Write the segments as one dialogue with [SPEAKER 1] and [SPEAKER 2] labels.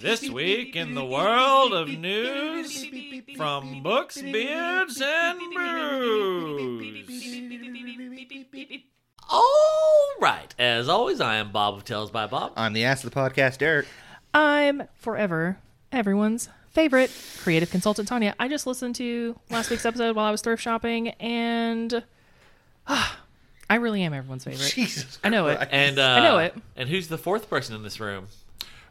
[SPEAKER 1] This week in the world of news from books, beards, and brews.
[SPEAKER 2] All right. As always, I am Bob of Tales by Bob.
[SPEAKER 3] I'm the ass of the podcast, Derek.
[SPEAKER 4] I'm forever everyone's favorite creative consultant, Tanya. I just listened to last week's episode while I was thrift shopping, and ah, I really am everyone's favorite.
[SPEAKER 3] Jesus,
[SPEAKER 4] I know it.
[SPEAKER 2] And uh,
[SPEAKER 4] I know it.
[SPEAKER 2] And who's the fourth person in this room?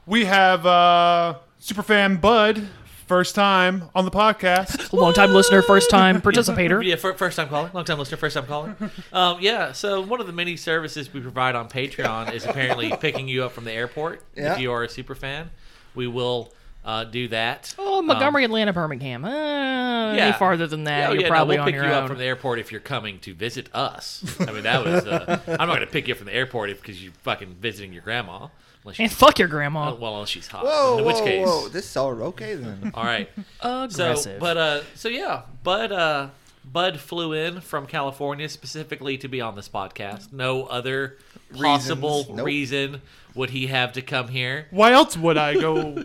[SPEAKER 5] We have uh, Superfan Bud, first time on the podcast.
[SPEAKER 4] Long time listener, first time participator.
[SPEAKER 2] Yeah, fir- first time calling, long time listener, first time calling. Um, yeah, so one of the many services we provide on Patreon is apparently picking you up from the airport.
[SPEAKER 3] Yeah.
[SPEAKER 2] If you are a super fan, we will uh, do that.
[SPEAKER 4] Oh, Montgomery, Atlanta, Birmingham. Uh,
[SPEAKER 2] Um, Yeah.
[SPEAKER 4] Any farther than that,
[SPEAKER 2] Yeah,
[SPEAKER 4] you're
[SPEAKER 2] yeah, no,
[SPEAKER 4] probably
[SPEAKER 2] we'll
[SPEAKER 4] on
[SPEAKER 2] pick
[SPEAKER 4] your
[SPEAKER 2] you
[SPEAKER 4] own.
[SPEAKER 2] up from the airport if you're coming to visit us. I mean, that was. Uh, I'm not going to pick you up from the airport because you're fucking visiting your grandma. Unless
[SPEAKER 4] and
[SPEAKER 2] she's,
[SPEAKER 4] fuck your grandma.
[SPEAKER 2] well, unless she's hot.
[SPEAKER 3] Whoa,
[SPEAKER 2] in which
[SPEAKER 3] whoa,
[SPEAKER 2] case,
[SPEAKER 3] whoa. This is all okay then.
[SPEAKER 2] all right.
[SPEAKER 4] Aggressive.
[SPEAKER 2] So, but uh, so yeah, Bud uh, Bud flew in from California specifically to be on this podcast. No other possible
[SPEAKER 3] Reasons. Nope.
[SPEAKER 2] reason would he have to come here.
[SPEAKER 5] Why else would I go?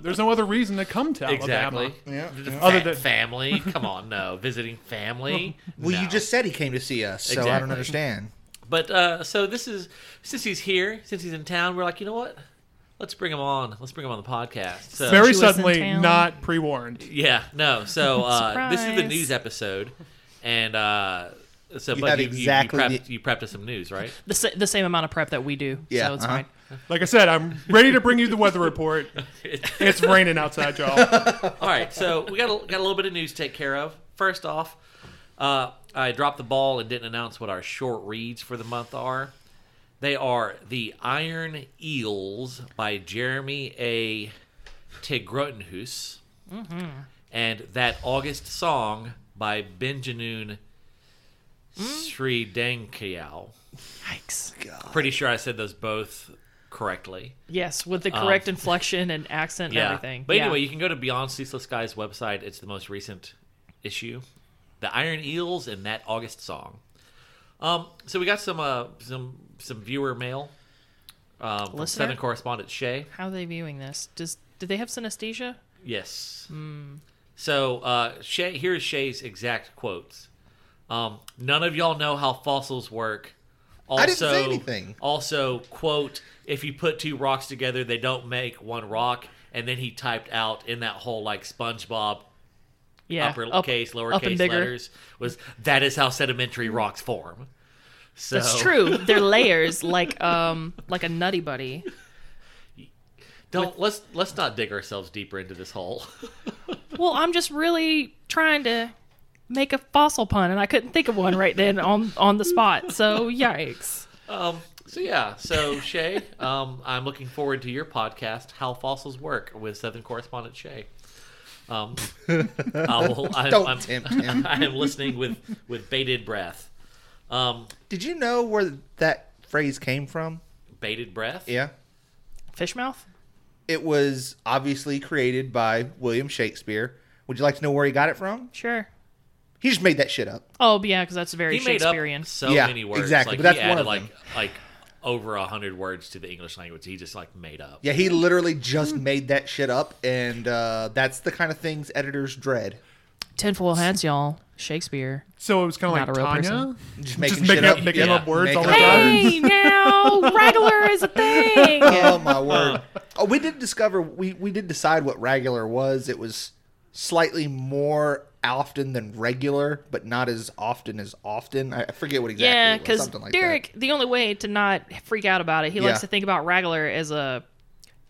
[SPEAKER 5] There's no other reason to come to Alabama.
[SPEAKER 2] Exactly.
[SPEAKER 3] Yeah,
[SPEAKER 2] The
[SPEAKER 3] yeah.
[SPEAKER 2] fa-
[SPEAKER 5] Other than-
[SPEAKER 2] family. Come on, no visiting family.
[SPEAKER 3] Well, you
[SPEAKER 2] No.
[SPEAKER 3] just said he came to see us, so I don't
[SPEAKER 2] Exactly.
[SPEAKER 3] understand.
[SPEAKER 2] But uh, so this is since he's here, since he's in town, we're like, you know what? Let's bring him on. Let's bring him on the podcast. So
[SPEAKER 5] Very
[SPEAKER 4] She was in
[SPEAKER 5] suddenly,
[SPEAKER 4] town.
[SPEAKER 5] not pre warned.
[SPEAKER 2] yeah, no. So uh, this is the
[SPEAKER 4] Surprise.
[SPEAKER 2] news episode, and uh, so
[SPEAKER 3] You
[SPEAKER 2] but
[SPEAKER 3] have
[SPEAKER 2] you,
[SPEAKER 3] exactly
[SPEAKER 2] you, you, prepped,
[SPEAKER 3] the-
[SPEAKER 2] you prepped us some news, right?
[SPEAKER 4] the, sa- the same amount of prep that we do.
[SPEAKER 3] Yeah,
[SPEAKER 4] So it's
[SPEAKER 3] uh-huh.
[SPEAKER 4] fine.
[SPEAKER 5] Like I said, I'm ready to bring you the weather report. It's raining outside, y'all.
[SPEAKER 2] All right, so we got a, got a little bit of news to take care of. First off, uh, I dropped the ball and didn't announce what our short reads for the month are. They are The Iron Eels by Jeremy A. Tegrotenhuis and That August Song by Benjanoon Sri Dankiao.
[SPEAKER 4] Yikes.
[SPEAKER 2] Pretty sure I said those both correctly.
[SPEAKER 4] Yes, with the correct inflection and accent and everything.
[SPEAKER 2] Um, But
[SPEAKER 4] Yeah.
[SPEAKER 2] anyway, you can go to Beyond Ceaseless Skies website. It's the most recent issue, the Iron Eels and that August song. Um, so we got some uh, some some viewer mail um, from
[SPEAKER 4] Listener?
[SPEAKER 2] Southern correspondent Shay.
[SPEAKER 4] How are they viewing this? Does did they have synesthesia?
[SPEAKER 2] Yes.
[SPEAKER 4] Hmm.
[SPEAKER 2] So uh, Shay, here is Shay's exact quotes. Um, None of y'all know how fossils work. Also,
[SPEAKER 3] I didn't say anything.
[SPEAKER 2] Also, quote: If you put two rocks together, they don't make one rock. And then he typed out in that whole like SpongeBob
[SPEAKER 4] Yeah. up-
[SPEAKER 2] uppercase,
[SPEAKER 4] up and
[SPEAKER 2] lowercase
[SPEAKER 4] bigger.
[SPEAKER 2] letters was that is how sedimentary rocks form. So
[SPEAKER 4] That's true. They're layers, like um, like a nutty buddy.
[SPEAKER 2] Don't let's let's not dig ourselves deeper into this hole.
[SPEAKER 4] Well, I'm just really trying to make a fossil pun, and I couldn't think of one right then on on the spot. So yikes.
[SPEAKER 2] Um, so yeah, so Shay, um, I'm looking forward to your podcast, How Fossils Work, with Southern correspondent Shay. Um, I will, I'm,
[SPEAKER 3] Don't
[SPEAKER 2] I'm,
[SPEAKER 3] tempt him.
[SPEAKER 2] I am listening with with bated breath. Um,
[SPEAKER 3] Did you know where that phrase came from?
[SPEAKER 2] bated breath.
[SPEAKER 3] Yeah.
[SPEAKER 4] Fish mouth.
[SPEAKER 3] It was obviously created by William Shakespeare. Would you like to know where he got it from?
[SPEAKER 4] Sure.
[SPEAKER 3] He just made that shit up.
[SPEAKER 4] Oh yeah, because that's very
[SPEAKER 2] He made
[SPEAKER 4] Shakespearean.
[SPEAKER 2] up so
[SPEAKER 3] Yeah,
[SPEAKER 2] many words.
[SPEAKER 3] exactly,
[SPEAKER 2] Like,
[SPEAKER 3] but that's
[SPEAKER 2] he
[SPEAKER 3] one
[SPEAKER 2] added
[SPEAKER 3] of
[SPEAKER 2] like
[SPEAKER 3] them.
[SPEAKER 2] like over a hundred words to the English language. He just like made up.
[SPEAKER 3] Yeah, he literally just
[SPEAKER 2] Hmm.
[SPEAKER 3] made that shit up, and uh, that's the kind of things editors dread.
[SPEAKER 4] Tinfoil hats, y'all. Shakespeare.
[SPEAKER 5] So it was kind
[SPEAKER 4] Not
[SPEAKER 5] of
[SPEAKER 4] a real
[SPEAKER 5] like Tanya.
[SPEAKER 4] person.
[SPEAKER 3] Just making
[SPEAKER 5] Just making
[SPEAKER 3] shit
[SPEAKER 5] up,
[SPEAKER 3] up.
[SPEAKER 5] making
[SPEAKER 2] Yeah.
[SPEAKER 5] up words
[SPEAKER 3] Make
[SPEAKER 5] all the
[SPEAKER 3] up
[SPEAKER 5] time.
[SPEAKER 3] words.
[SPEAKER 4] Hey, now regular is a thing.
[SPEAKER 3] Oh my word! Oh, we did discover we we did decide what regular was. It was slightly more often than regular, but not as often as often. I I forget what exactly.
[SPEAKER 4] Yeah,
[SPEAKER 3] because
[SPEAKER 4] because Derek, the only way to not freak out about it, he
[SPEAKER 3] Yeah.
[SPEAKER 4] likes to think about regular as a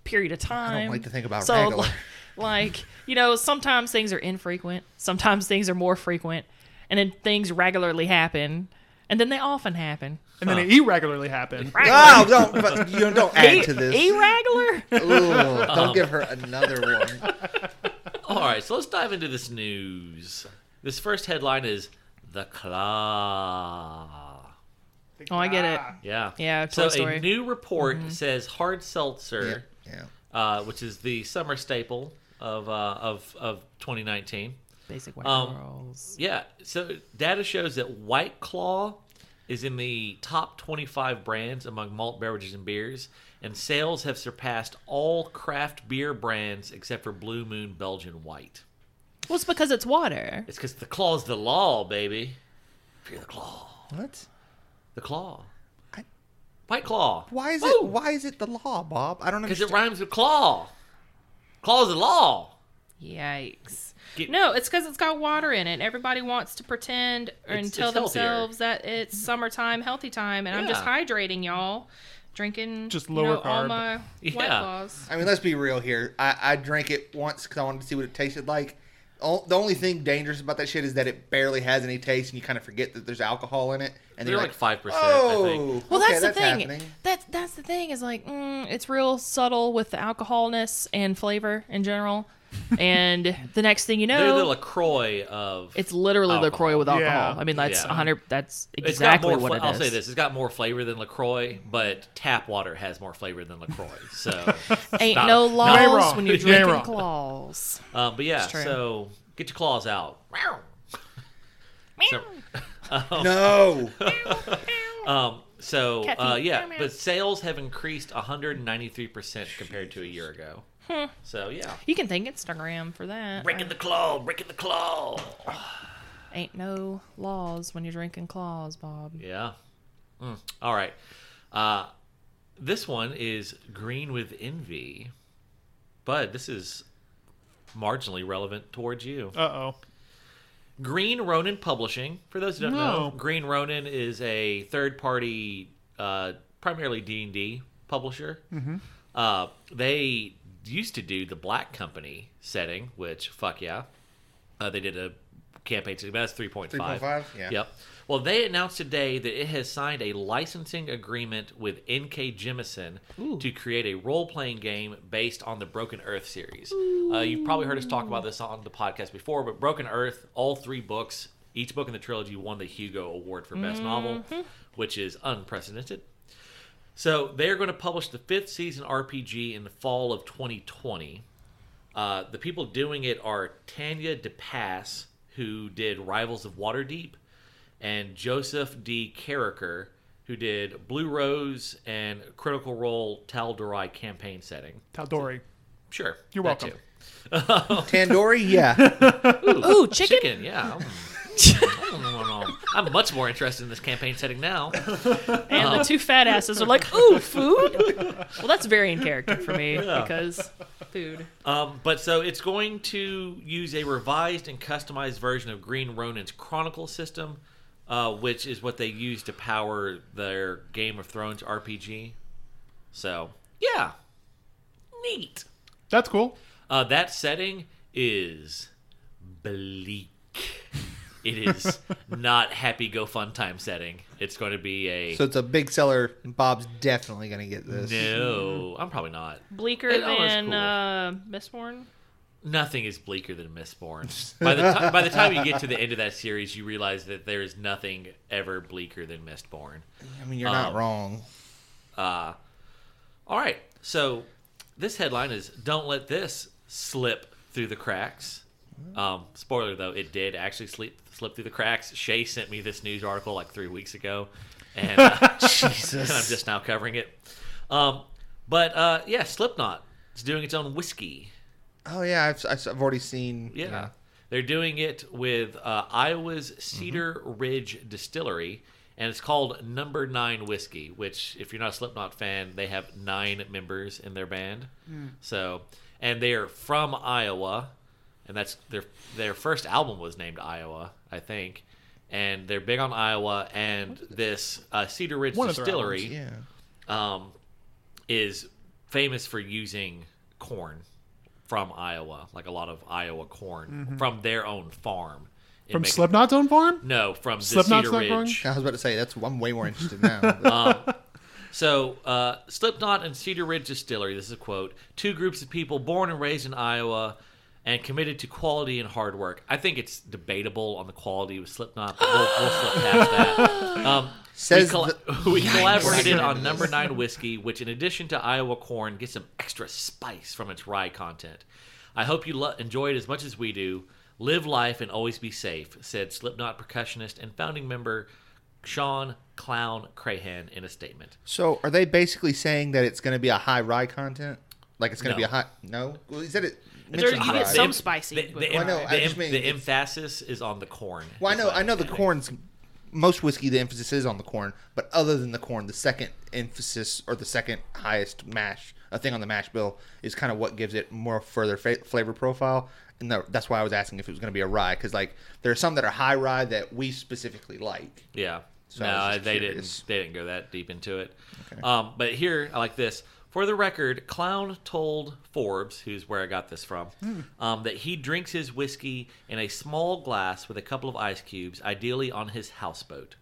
[SPEAKER 4] period of time.
[SPEAKER 3] like to think about
[SPEAKER 4] so,
[SPEAKER 3] regular.
[SPEAKER 4] li- Like, you know, sometimes things are infrequent, sometimes things are more frequent, and then things regularly happen, and then they often happen.
[SPEAKER 5] And then it irregularly happened.
[SPEAKER 4] Regular.
[SPEAKER 3] Oh, don't but you know, don't
[SPEAKER 4] E,
[SPEAKER 3] add to this.
[SPEAKER 4] Irregular?
[SPEAKER 3] Ooh,
[SPEAKER 2] Um.
[SPEAKER 3] don't give her another one.
[SPEAKER 2] All right, so let's dive into this news. This first headline is the claw.
[SPEAKER 4] oh, I get it.
[SPEAKER 3] Ah.
[SPEAKER 2] Yeah.
[SPEAKER 4] Yeah,
[SPEAKER 2] So
[SPEAKER 4] Toy Story. Mm-hmm.
[SPEAKER 2] a new report says hard seltzer,
[SPEAKER 3] Yeah.
[SPEAKER 2] uh, which is the summer staple of uh, of of 2019.
[SPEAKER 4] Basic white
[SPEAKER 2] Um,
[SPEAKER 4] girls.
[SPEAKER 2] Yeah. So data shows that White Claw is in the top 25 brands among malt beverages and beers, and sales have surpassed all craft beer brands except for Blue Moon Belgian White.
[SPEAKER 4] Well, it's because it's water.
[SPEAKER 2] It's because the claw's the law, baby. Fear the claw.
[SPEAKER 3] What?
[SPEAKER 2] The claw.
[SPEAKER 3] I-
[SPEAKER 2] White claw.
[SPEAKER 3] Why is it? Why is it the law, Bob? I don't
[SPEAKER 2] Because it
[SPEAKER 3] understand.
[SPEAKER 2] rhymes with claw. Claw's the law.
[SPEAKER 4] Yikes.
[SPEAKER 2] Get-
[SPEAKER 4] no, it's because it's got water in it. Everybody wants to pretend or
[SPEAKER 2] It's-
[SPEAKER 4] and tell
[SPEAKER 2] it's healthier. Mm-hmm.
[SPEAKER 4] themselves that it's summertime, healthy time, and I'm just
[SPEAKER 2] Yeah.
[SPEAKER 4] hydrating, y'all. Drinking
[SPEAKER 5] Just
[SPEAKER 4] you
[SPEAKER 5] lower
[SPEAKER 4] know, all
[SPEAKER 5] carb.
[SPEAKER 4] my white
[SPEAKER 2] Yeah.
[SPEAKER 4] claws.
[SPEAKER 3] I mean, let's be real here. I, I drank it once because I wanted to see what it tasted like. O- The only thing dangerous about that shit is that it barely has any taste, and you kind of forget that there's alcohol in it. And
[SPEAKER 2] They're
[SPEAKER 3] you're
[SPEAKER 2] like 5%, I think.
[SPEAKER 3] Oh,
[SPEAKER 4] Well,
[SPEAKER 3] okay,
[SPEAKER 4] that's the thing.
[SPEAKER 3] happening."
[SPEAKER 4] That's that's the thing is like mm, it's real subtle with the alcoholness and flavor in general, and the next thing you
[SPEAKER 2] They're the
[SPEAKER 4] know,
[SPEAKER 2] LaCroix of.
[SPEAKER 4] Oh. it's literally
[SPEAKER 2] Alcohol.
[SPEAKER 4] LaCroix with alcohol.
[SPEAKER 5] Yeah.
[SPEAKER 4] I mean, that's
[SPEAKER 2] Yeah.
[SPEAKER 4] a 100. That's
[SPEAKER 2] It's
[SPEAKER 4] exactly
[SPEAKER 2] got more
[SPEAKER 4] what
[SPEAKER 2] fla-
[SPEAKER 4] it
[SPEAKER 2] I'll
[SPEAKER 4] is.
[SPEAKER 2] say this. It's got more flavor than LaCroix, but tap water has more fflavor than LaCroix. So,
[SPEAKER 4] Ain't
[SPEAKER 2] Stop. No.
[SPEAKER 4] no
[SPEAKER 5] You ain't
[SPEAKER 4] laws
[SPEAKER 5] wrong.
[SPEAKER 4] when you're
[SPEAKER 5] You ain't
[SPEAKER 4] drinking
[SPEAKER 5] wrong.
[SPEAKER 4] claws.
[SPEAKER 2] uh, but yeah,
[SPEAKER 4] true.
[SPEAKER 2] so get your claws out. So- Oh.
[SPEAKER 3] No.
[SPEAKER 2] Um, so uh,
[SPEAKER 4] Caffeine.
[SPEAKER 2] yeah,
[SPEAKER 4] Meow, meow.
[SPEAKER 2] but sales have increased 193% compared to a year ago.
[SPEAKER 4] Hmm.
[SPEAKER 2] So yeah.
[SPEAKER 4] You can thank Instagram for that.
[SPEAKER 2] Breaking the claw, breaking the claw.
[SPEAKER 4] Ain't no laws when you're drinking claws, Bob.
[SPEAKER 2] Yeah. Mm. All right. Uh, this one is Green with Envy. Bud, this is marginally relevant towards you.
[SPEAKER 5] Uh oh.
[SPEAKER 2] Green Ronin Publishing. For those who don't
[SPEAKER 5] No.
[SPEAKER 2] know, Green Ronin is a third-party, uh, primarily D and D publisher. Uh, they used to do the Black Company setting, which fuck yeah, uh, they did a campaign to that's three point five.
[SPEAKER 3] 3.5? Yeah.
[SPEAKER 2] Yep. Well, they announced today that it has signed a licensing agreement with N.K. Jemisin to create a role-playing game based on the Broken Earth series. Uh, you've probably heard us talk about this on the podcast before, but Broken Earth, all three books, each book in the trilogy won the Hugo Award for Best Novel, which is unprecedented. So they're going to publish the fifth season RPG in the fall of 2020. Uh, the people doing it are Tanya DePass, who did Rivals of Waterdeep, and Joseph D. Carricker, who did Blue Rose and Critical Role Tal'Darai campaign setting.
[SPEAKER 5] Taldori.
[SPEAKER 2] Sure.
[SPEAKER 5] You're
[SPEAKER 2] that
[SPEAKER 5] welcome.
[SPEAKER 2] too.
[SPEAKER 3] Tandoori, yeah.
[SPEAKER 4] Ooh, chicken.
[SPEAKER 2] Chicken, yeah. Mm. I'm much more interested in this campaign setting now.
[SPEAKER 4] And
[SPEAKER 2] Oh.
[SPEAKER 4] the two fat asses are like, ooh, food. well, that's very in character for me because food.
[SPEAKER 2] Um, but so it's going to use a revised and customized version of Green Ronin's Chronicle system, uh, which is what they use to power their Game of Thrones RPG. So, yeah. Neat.
[SPEAKER 5] That's cool.
[SPEAKER 2] Uh, that setting is bleak. It is not happy go fun time setting. It's going to be a.
[SPEAKER 3] so it's a big seller. Bob's definitely going to get this.
[SPEAKER 2] no, I'm probably not.
[SPEAKER 4] Bleaker
[SPEAKER 2] It almost
[SPEAKER 4] than
[SPEAKER 2] cool.
[SPEAKER 4] uh, Mistborn.
[SPEAKER 2] nothing is bleaker than Mistborn. by the time by the time you get to the end of that series, you realize that there is nothing ever bleaker than Mistborn.
[SPEAKER 3] I mean, you're
[SPEAKER 2] Oh.
[SPEAKER 3] not wrong.
[SPEAKER 2] All right, so this headline is "Don't let this slip through the cracks." Um, spoiler though, it did actually slip slip through the cracks. Shay sent me this news article like three weeks ago, and uh,
[SPEAKER 3] Jesus.
[SPEAKER 2] and I'm just now covering it. Um, but uh, yeah, Slipknot is doing its own whiskey.
[SPEAKER 3] Oh yeah, I've, I've I've already seen.
[SPEAKER 2] Yeah. They're doing it with uh, Iowa's Cedar
[SPEAKER 5] Mm-hmm.
[SPEAKER 2] Ridge Distillery, and it's called Number Nine Whiskey, which, if you're not a Slipknot fan, they have nine members in their band.
[SPEAKER 5] Hmm.
[SPEAKER 2] So, and they are from Iowa, and that's their their first album was named Iowa, I think. And they're big on Iowa, and this uh, Cedar Ridge
[SPEAKER 5] One of their
[SPEAKER 2] Distillery
[SPEAKER 3] yeah.
[SPEAKER 2] um, is famous for using corn from Iowa, like a lot of Iowa corn from their own farm. in
[SPEAKER 5] Mm-hmm. From
[SPEAKER 2] making-
[SPEAKER 5] Slipknot's own farm?
[SPEAKER 2] No, from the
[SPEAKER 5] Slipknot's
[SPEAKER 2] Cedar
[SPEAKER 5] not corn?
[SPEAKER 2] Ridge.
[SPEAKER 3] I was about to say that's I'm way more interested now.
[SPEAKER 2] Uh, So, uh, Slipknot and Cedar Ridge Distillery, this is a quote, two groups of people born and raised in Iowa and committed to quality and hard work. I think it's debatable on the quality with Slipknot, but we'll, we'll slip past that. Um,
[SPEAKER 3] Says
[SPEAKER 2] we, colla-
[SPEAKER 3] the-
[SPEAKER 2] we
[SPEAKER 3] Yikes.
[SPEAKER 2] collaborated on Number 9 Whiskey, which in addition to Iowa corn, gets some extra spice from its rye content. I hope you lo- enjoy it as much as we do. Live life and always be safe, said Slipknot percussionist and founding member Sean Clown Crahan in a statement.
[SPEAKER 3] So are they basically saying that it's going to be a high rye content? Like it's going to be
[SPEAKER 2] No.
[SPEAKER 3] a high? No. Well, he said it.
[SPEAKER 2] There's-
[SPEAKER 3] mentioned
[SPEAKER 2] you
[SPEAKER 3] rye.
[SPEAKER 2] get
[SPEAKER 4] some spicy
[SPEAKER 2] Uh, The, the,
[SPEAKER 4] with
[SPEAKER 2] em-
[SPEAKER 4] rye.
[SPEAKER 3] I know,
[SPEAKER 2] the
[SPEAKER 3] I just
[SPEAKER 2] em-
[SPEAKER 3] mean
[SPEAKER 2] the
[SPEAKER 3] it's-
[SPEAKER 2] emphasis is on the corn.
[SPEAKER 3] Well, I
[SPEAKER 2] is
[SPEAKER 3] know,
[SPEAKER 2] my
[SPEAKER 3] I know the
[SPEAKER 2] understanding.
[SPEAKER 3] corn's most whiskey. The emphasis is on the corn, but other than the corn, the second emphasis or the second highest mash, a thing on the mash bill, is kind of what gives it more further fa- flavor profile. And the, that's why I was asking if it was going to be a rye, because like there are some that are high rye that we specifically like.
[SPEAKER 2] Yeah.
[SPEAKER 3] So I was
[SPEAKER 2] no,
[SPEAKER 3] just
[SPEAKER 2] they
[SPEAKER 3] curious.
[SPEAKER 2] didn't. They didn't go that deep into it. Um, but here, I like this. For the record, Clown told Forbes, who's where I got this from,
[SPEAKER 3] Hmm.
[SPEAKER 2] um, that he drinks his whiskey in a small glass with a couple of ice cubes, ideally on his houseboat.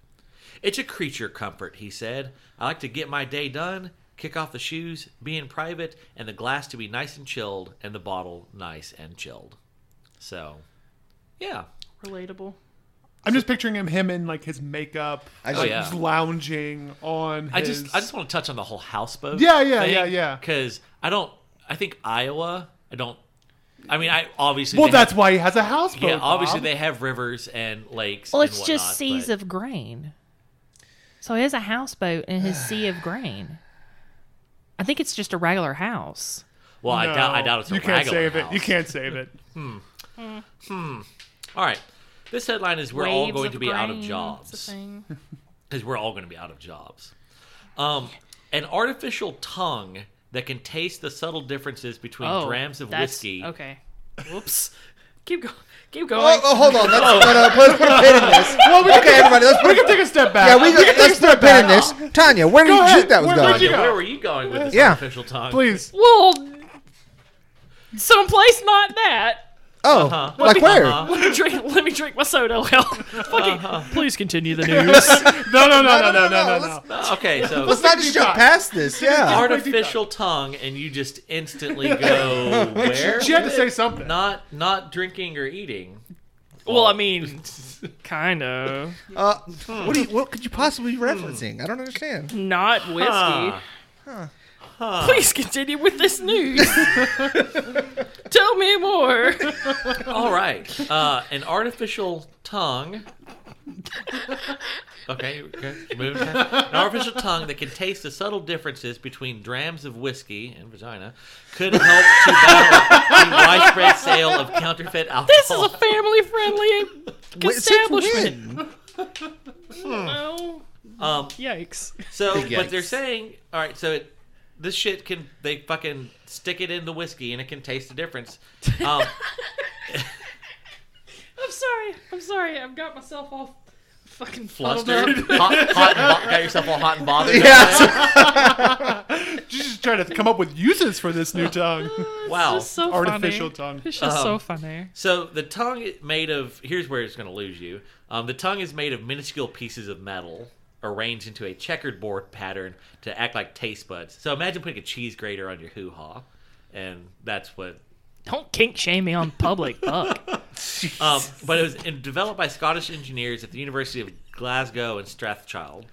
[SPEAKER 2] It's a creature comfort, he said. I like to get my day done, kick off the shoes, be in private, and the glass to be nice and chilled, and the bottle nice and chilled. So, yeah.
[SPEAKER 4] Relatable.
[SPEAKER 5] I'm just picturing him, him in like his makeup,
[SPEAKER 3] I
[SPEAKER 5] like,
[SPEAKER 2] just- yeah.
[SPEAKER 5] just lounging on. His...
[SPEAKER 2] I just I just want to touch on the whole houseboat.
[SPEAKER 5] Yeah, yeah, yeah, yeah.
[SPEAKER 2] Because I don't. I think Iowa. I don't. I mean, I obviously.
[SPEAKER 5] Well,
[SPEAKER 2] they
[SPEAKER 5] that's
[SPEAKER 2] have,
[SPEAKER 5] why he has a houseboat.
[SPEAKER 2] yeah. Obviously,
[SPEAKER 5] Bob.
[SPEAKER 2] they have rivers and lakes.
[SPEAKER 6] Well,
[SPEAKER 2] and
[SPEAKER 6] it's just
[SPEAKER 2] whatnot,
[SPEAKER 6] seas
[SPEAKER 2] but-
[SPEAKER 6] of grain. So he has a houseboat in his sea of grain. I think it's just a regular house.
[SPEAKER 2] Well, oh, I
[SPEAKER 5] No.
[SPEAKER 2] doubt. I doubt it's a
[SPEAKER 5] you can't
[SPEAKER 2] regular
[SPEAKER 5] save it. You
[SPEAKER 2] house.
[SPEAKER 5] can't save it.
[SPEAKER 2] All right. This headline is we're all
[SPEAKER 4] Waves
[SPEAKER 2] going
[SPEAKER 4] of
[SPEAKER 2] to be out of
[SPEAKER 4] grain,
[SPEAKER 2] jobs.
[SPEAKER 4] It's a thing.
[SPEAKER 2] because we're all going to be out of jobs. Um, an artificial tongue that can taste the subtle differences between
[SPEAKER 4] Oh,
[SPEAKER 2] grams of
[SPEAKER 4] that's-
[SPEAKER 2] whiskey.
[SPEAKER 4] Okay. Whoops. keep going. Keep going.
[SPEAKER 3] Oh, oh, hold on. Let's, but, uh, let's put a pin in this. okay, everybody. Let's put,
[SPEAKER 5] We can take a step back.
[SPEAKER 3] yeah, we,
[SPEAKER 5] can take a
[SPEAKER 3] let's put a
[SPEAKER 5] step
[SPEAKER 3] pin in
[SPEAKER 5] back.
[SPEAKER 3] this. Tanya, where did you
[SPEAKER 5] ahead.
[SPEAKER 3] think that was
[SPEAKER 5] Where-
[SPEAKER 3] going?
[SPEAKER 5] where'd you
[SPEAKER 2] Yeah,
[SPEAKER 5] go?
[SPEAKER 2] where were you going with this
[SPEAKER 3] Yeah.
[SPEAKER 2] artificial tongue?
[SPEAKER 5] Please.
[SPEAKER 4] Well, someplace not that.
[SPEAKER 3] Oh, like where?
[SPEAKER 4] Let me drink. Let me drink my soda. Well, fucking. Please continue the news.
[SPEAKER 5] No, no, no,
[SPEAKER 3] no,
[SPEAKER 5] no,
[SPEAKER 3] no,
[SPEAKER 5] no, no,
[SPEAKER 3] let's-
[SPEAKER 5] no.
[SPEAKER 2] Uh, Okay, so
[SPEAKER 3] Let's not just jump past this. Yeah.
[SPEAKER 2] artificial tongue, and you just instantly go where?
[SPEAKER 5] She had to say something.
[SPEAKER 2] Not not drinking or eating.
[SPEAKER 4] well, I mean, kind of.
[SPEAKER 3] Uh, what, do you, what could you possibly be referencing? I don't
[SPEAKER 2] Hmm.
[SPEAKER 3] understand.
[SPEAKER 4] Not whiskey.
[SPEAKER 2] Huh.
[SPEAKER 4] Please continue with this news. Tell me more.
[SPEAKER 2] All right, uh, an artificial tongue. Okay, okay. Moving on. An artificial tongue that can taste the subtle differences between drams of whiskey and vagina could help to battle the widespread sale of counterfeit alcohol.
[SPEAKER 4] This is a family-friendly
[SPEAKER 3] Wait, since
[SPEAKER 4] establishment.
[SPEAKER 3] when?
[SPEAKER 4] No.
[SPEAKER 2] um,
[SPEAKER 4] Yikes.
[SPEAKER 2] So,
[SPEAKER 3] Big
[SPEAKER 2] but they're
[SPEAKER 3] yikes.
[SPEAKER 2] saying, all right, so it, this shit can they fucking stick it in the whiskey and it can taste the difference. Um,
[SPEAKER 4] I'm sorry. I'm sorry. I've got myself all fucking
[SPEAKER 2] flustered,
[SPEAKER 4] flustered.
[SPEAKER 2] hot, hot, and bo- got yourself all hot and bothered.
[SPEAKER 3] Yeah.
[SPEAKER 5] She's just trying to come up with uses for this new tongue.
[SPEAKER 2] Wow.
[SPEAKER 4] It's just so
[SPEAKER 5] Artificial
[SPEAKER 4] funny.
[SPEAKER 5] tongue.
[SPEAKER 4] It's just so funny.
[SPEAKER 2] So the tongue is made of here's where it's going to lose you. Um, the tongue is made of minuscule pieces of metal arranged into a checkered board pattern to act like taste buds. So imagine putting a cheese grater on your hoo ha, and that's what
[SPEAKER 4] Don't kink shame me on public buck.
[SPEAKER 2] Um, but it was in- developed by Scottish engineers at the University of Glasgow and Strathchild.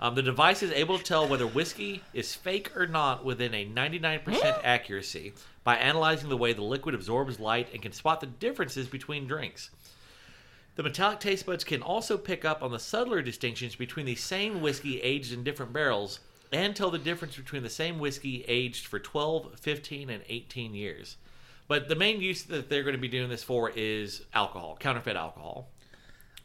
[SPEAKER 2] Um, the device is able to tell whether whiskey is fake or not within a 99% accuracy by analyzing the way the liquid absorbs light and can spot the differences between drinks. The metallic taste buds can also pick up on the subtler distinctions between the same whiskey aged in different barrels and tell the difference between the same whiskey aged for 12, 15, and 18 years. But the main use that they're going to be doing this for is alcohol, counterfeit alcohol.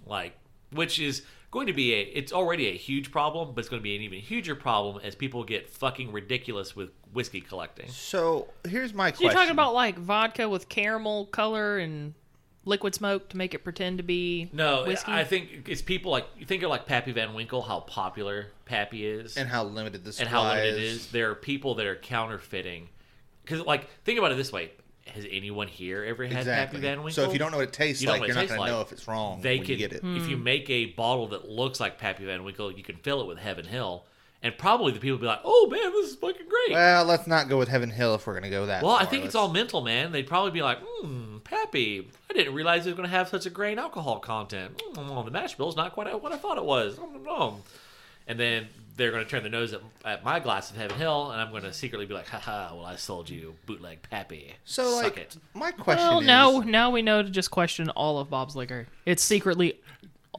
[SPEAKER 2] Like, which is going to be a, it's already a huge problem, but it's going to be an even huger problem as people get fucking ridiculous with whiskey collecting.
[SPEAKER 3] So here's my question.
[SPEAKER 4] You're talking about like vodka with caramel color and liquid smoke to make it pretend to be
[SPEAKER 2] No,
[SPEAKER 4] whiskey.
[SPEAKER 2] I think it's people like, you think of like Pappy Van Winkle, how popular Pappy is.
[SPEAKER 3] and how limited this
[SPEAKER 2] and how limited it
[SPEAKER 3] is.
[SPEAKER 2] is. There are people that are counterfeiting. Because, like, think about it this way: Has anyone here ever had
[SPEAKER 3] Exactly.
[SPEAKER 2] Happy Van Winkle?
[SPEAKER 3] So if you don't know what it tastes
[SPEAKER 2] You don't
[SPEAKER 3] like,
[SPEAKER 2] know what it
[SPEAKER 3] you're not
[SPEAKER 2] tastes
[SPEAKER 3] going
[SPEAKER 2] like.
[SPEAKER 3] to know if it's wrong
[SPEAKER 2] they Hmm.
[SPEAKER 3] when
[SPEAKER 2] could,
[SPEAKER 3] you get it.
[SPEAKER 2] if you make a bottle that looks like Pappy Van Winkle, you can fill it with Heaven Hill, and probably the people will be like, "Oh man, this is fucking great." Well,
[SPEAKER 3] Well, let's not go with Heaven Hill if we're going to go that.
[SPEAKER 2] I
[SPEAKER 3] far.
[SPEAKER 2] think it's
[SPEAKER 3] Let's-
[SPEAKER 2] all mental, man. They'd probably be like, "Hmm, Pappy, I didn't realize it was going to have such a grain alcohol content. Mm, well, the mash bill's not quite what I thought it was." Mm, mm. And then they're going to turn their nose at, at my glass of Heaven Hill, and I'm going to secretly be like, "Haha, well, I sold you bootleg Pappy."
[SPEAKER 3] So
[SPEAKER 2] Suck
[SPEAKER 3] like,
[SPEAKER 2] it.
[SPEAKER 3] my question
[SPEAKER 4] well,
[SPEAKER 3] is.
[SPEAKER 4] no, now we know to just question all of Bob's liquor. It's secretly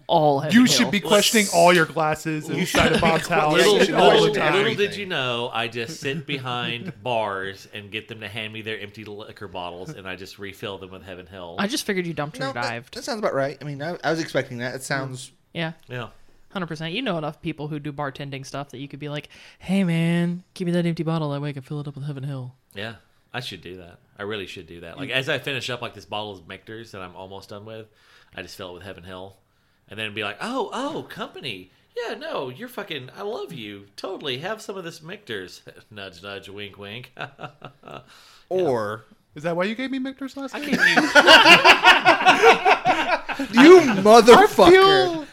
[SPEAKER 4] all heavy
[SPEAKER 5] You
[SPEAKER 4] hill.
[SPEAKER 5] should be questioning all your glasses inside of Bob's house
[SPEAKER 3] Yeah, you
[SPEAKER 2] Little,
[SPEAKER 3] should
[SPEAKER 5] all
[SPEAKER 2] little,
[SPEAKER 5] the
[SPEAKER 3] question
[SPEAKER 5] time.
[SPEAKER 2] little
[SPEAKER 3] everything.
[SPEAKER 2] did you know, I just sit behind bars and get them to hand me their empty liquor bottles, and I just refill them with Heaven Hill.
[SPEAKER 4] I just figured you dumped her
[SPEAKER 3] No,
[SPEAKER 4] and
[SPEAKER 3] that,
[SPEAKER 4] dived.
[SPEAKER 3] that sounds about right. I mean, I, I was expecting that. It sounds.
[SPEAKER 4] yeah,
[SPEAKER 2] yeah.
[SPEAKER 4] hundred percent. You know enough people who do bartending stuff that you could be like, "Hey, man, give me that empty bottle. That way I can fill it up with Heaven Hill."
[SPEAKER 2] Yeah, I should do that. I really should do that. Like as I finish up like this bottle of Michter's that I'm almost done with, I just fill it with Heaven Hill, and then be like, oh, oh, company. Yeah, no, you're fucking. I love you. Totally. Have some of this Michter's. nudge, nudge, wink, wink.
[SPEAKER 3] Or
[SPEAKER 5] Is that why you gave me Michter's last
[SPEAKER 2] I
[SPEAKER 5] night?
[SPEAKER 2] gave you.
[SPEAKER 3] you motherfucker.